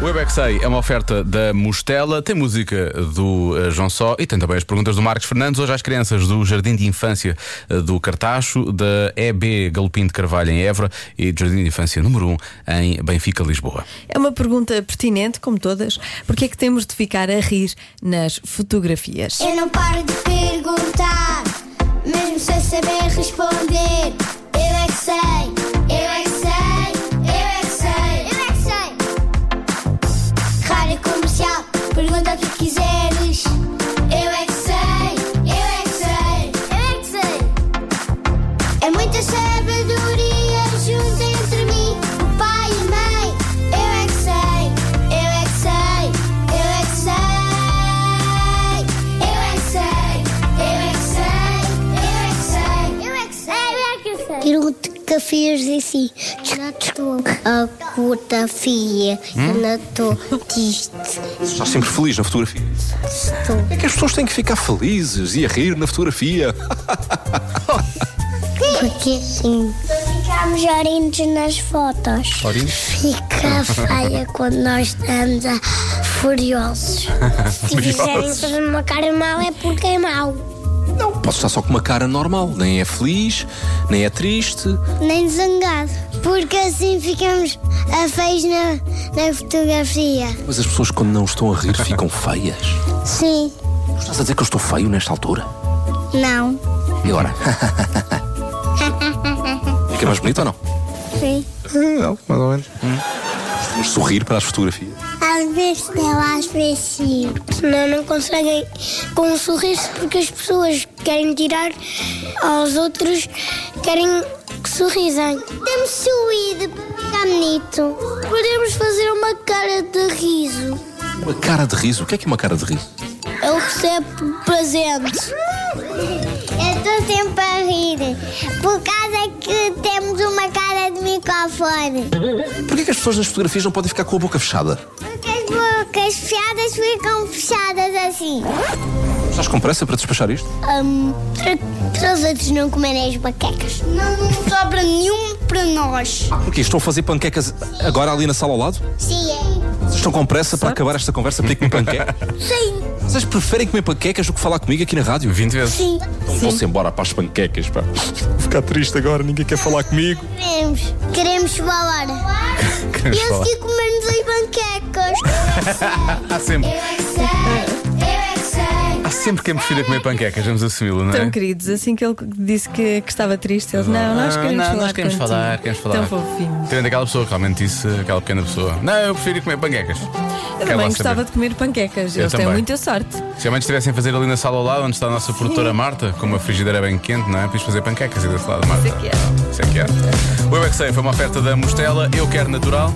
O EBEXEI é uma oferta da Mostela, tem música do eh, João Só e tem também as perguntas do Marcos Fernandes. Hoje às crianças do Jardim de Infância eh, do Cartacho, da EB Galopim de Carvalho em Évora e do Jardim de Infância número 1 em Benfica, Lisboa. É uma pergunta pertinente, como todas. Porquê é que temos de ficar a rir nas fotografias? Eu não paro de perguntar, mesmo sem saber responder. Eu é que sei, eu é que sei, eu é que sei, eu é que sei. Rádio comercial, pergunta o que quiseres. Eu é que sei, eu é que sei, eu é que sei. É muita sabedoria junto entre mim, o pai e a mãe. Eu é que sei, eu é que sei, eu é que sei. Eu é que sei, eu é que sei, eu é que sei, eu é que sei. Pirografias em si. Na tua fotografia. Na tua diste. Estás sempre feliz na fotografia. É que as pessoas têm que ficar felizes e a rir na fotografia. Porque sim. Ficamos orindo nas fotos. Fica feia quando nós estamos a- furiosos. Se fizerem fazer uma cara mal é porque é mau. Não, posso estar só com uma cara normal. Nem é feliz, nem é triste. Nem zangado. Porque assim ficamos a feios na, na fotografia. Mas as pessoas, quando não estão a rir, ficam feias. Sim. Estás a dizer que eu estou feio nesta altura? Não. E agora? Fica é mais bonito ou não? Sim. Não, mais ou menos. Vamos sorrir para as fotografias. Às vezes não, às vezes sim. Senão não conseguem com um sorriso porque as pessoas querem tirar aos outros, querem que sorrisem. Temos sorrido para ficar bonito. Podemos fazer uma cara de riso. É Uma cara de riso. O que é que é uma cara de riso? Eu recebo presente. Eu estou sempre a rir. Por causa que temos uma cara de microfone. Porquê é que as pessoas nas fotografias não podem ficar com a boca fechada? Porque as bocas fechadas ficam fechadas assim. Estás com pressa para despachar isto? Hum, para, para os outros não comerem as baquecas. Não, sobra nenhum para nós. Ah, porquê? Estão a fazer panquecas agora ali na sala ao lado? Sim, é. Vocês Estão com pressa para acabar esta conversa para ir comer panquecas? Sim. Vocês preferem comer panquecas do que falar comigo aqui na rádio? 20 vezes. Sim. Então vão-se embora para as panquecas, pá. Vou ficar triste agora, ninguém quer falar comigo. Queremos. Queremos falar. Queremos falar. que comermos as banquecas. Há sempre, Eu é que sei, eu é que sei. há sempre quem prefira comer panquecas, vamos assumi-lo, não Tão é? queridos, assim que ele disse que, que estava triste, ele não, nós Ah, queremos não, falar. nós queremos contigo." falar, queremos falar. Tão fofinho. Tendo aquela pessoa que realmente disse, aquela pequena pessoa, não, eu prefiro comer panquecas. Eu Quer lá também gostava saber. de comer panquecas, Eu eles têm também. muita sorte. Se realmente estivessem a fazer ali na sala ao lado, onde está a nossa produtora Marta, com uma frigideira bem quente, não é? Podias fazer panquecas e desse lado, Marta. é que era. Isso é que é. O Eu é que Sei foi uma oferta da Mostela, eu quero natural.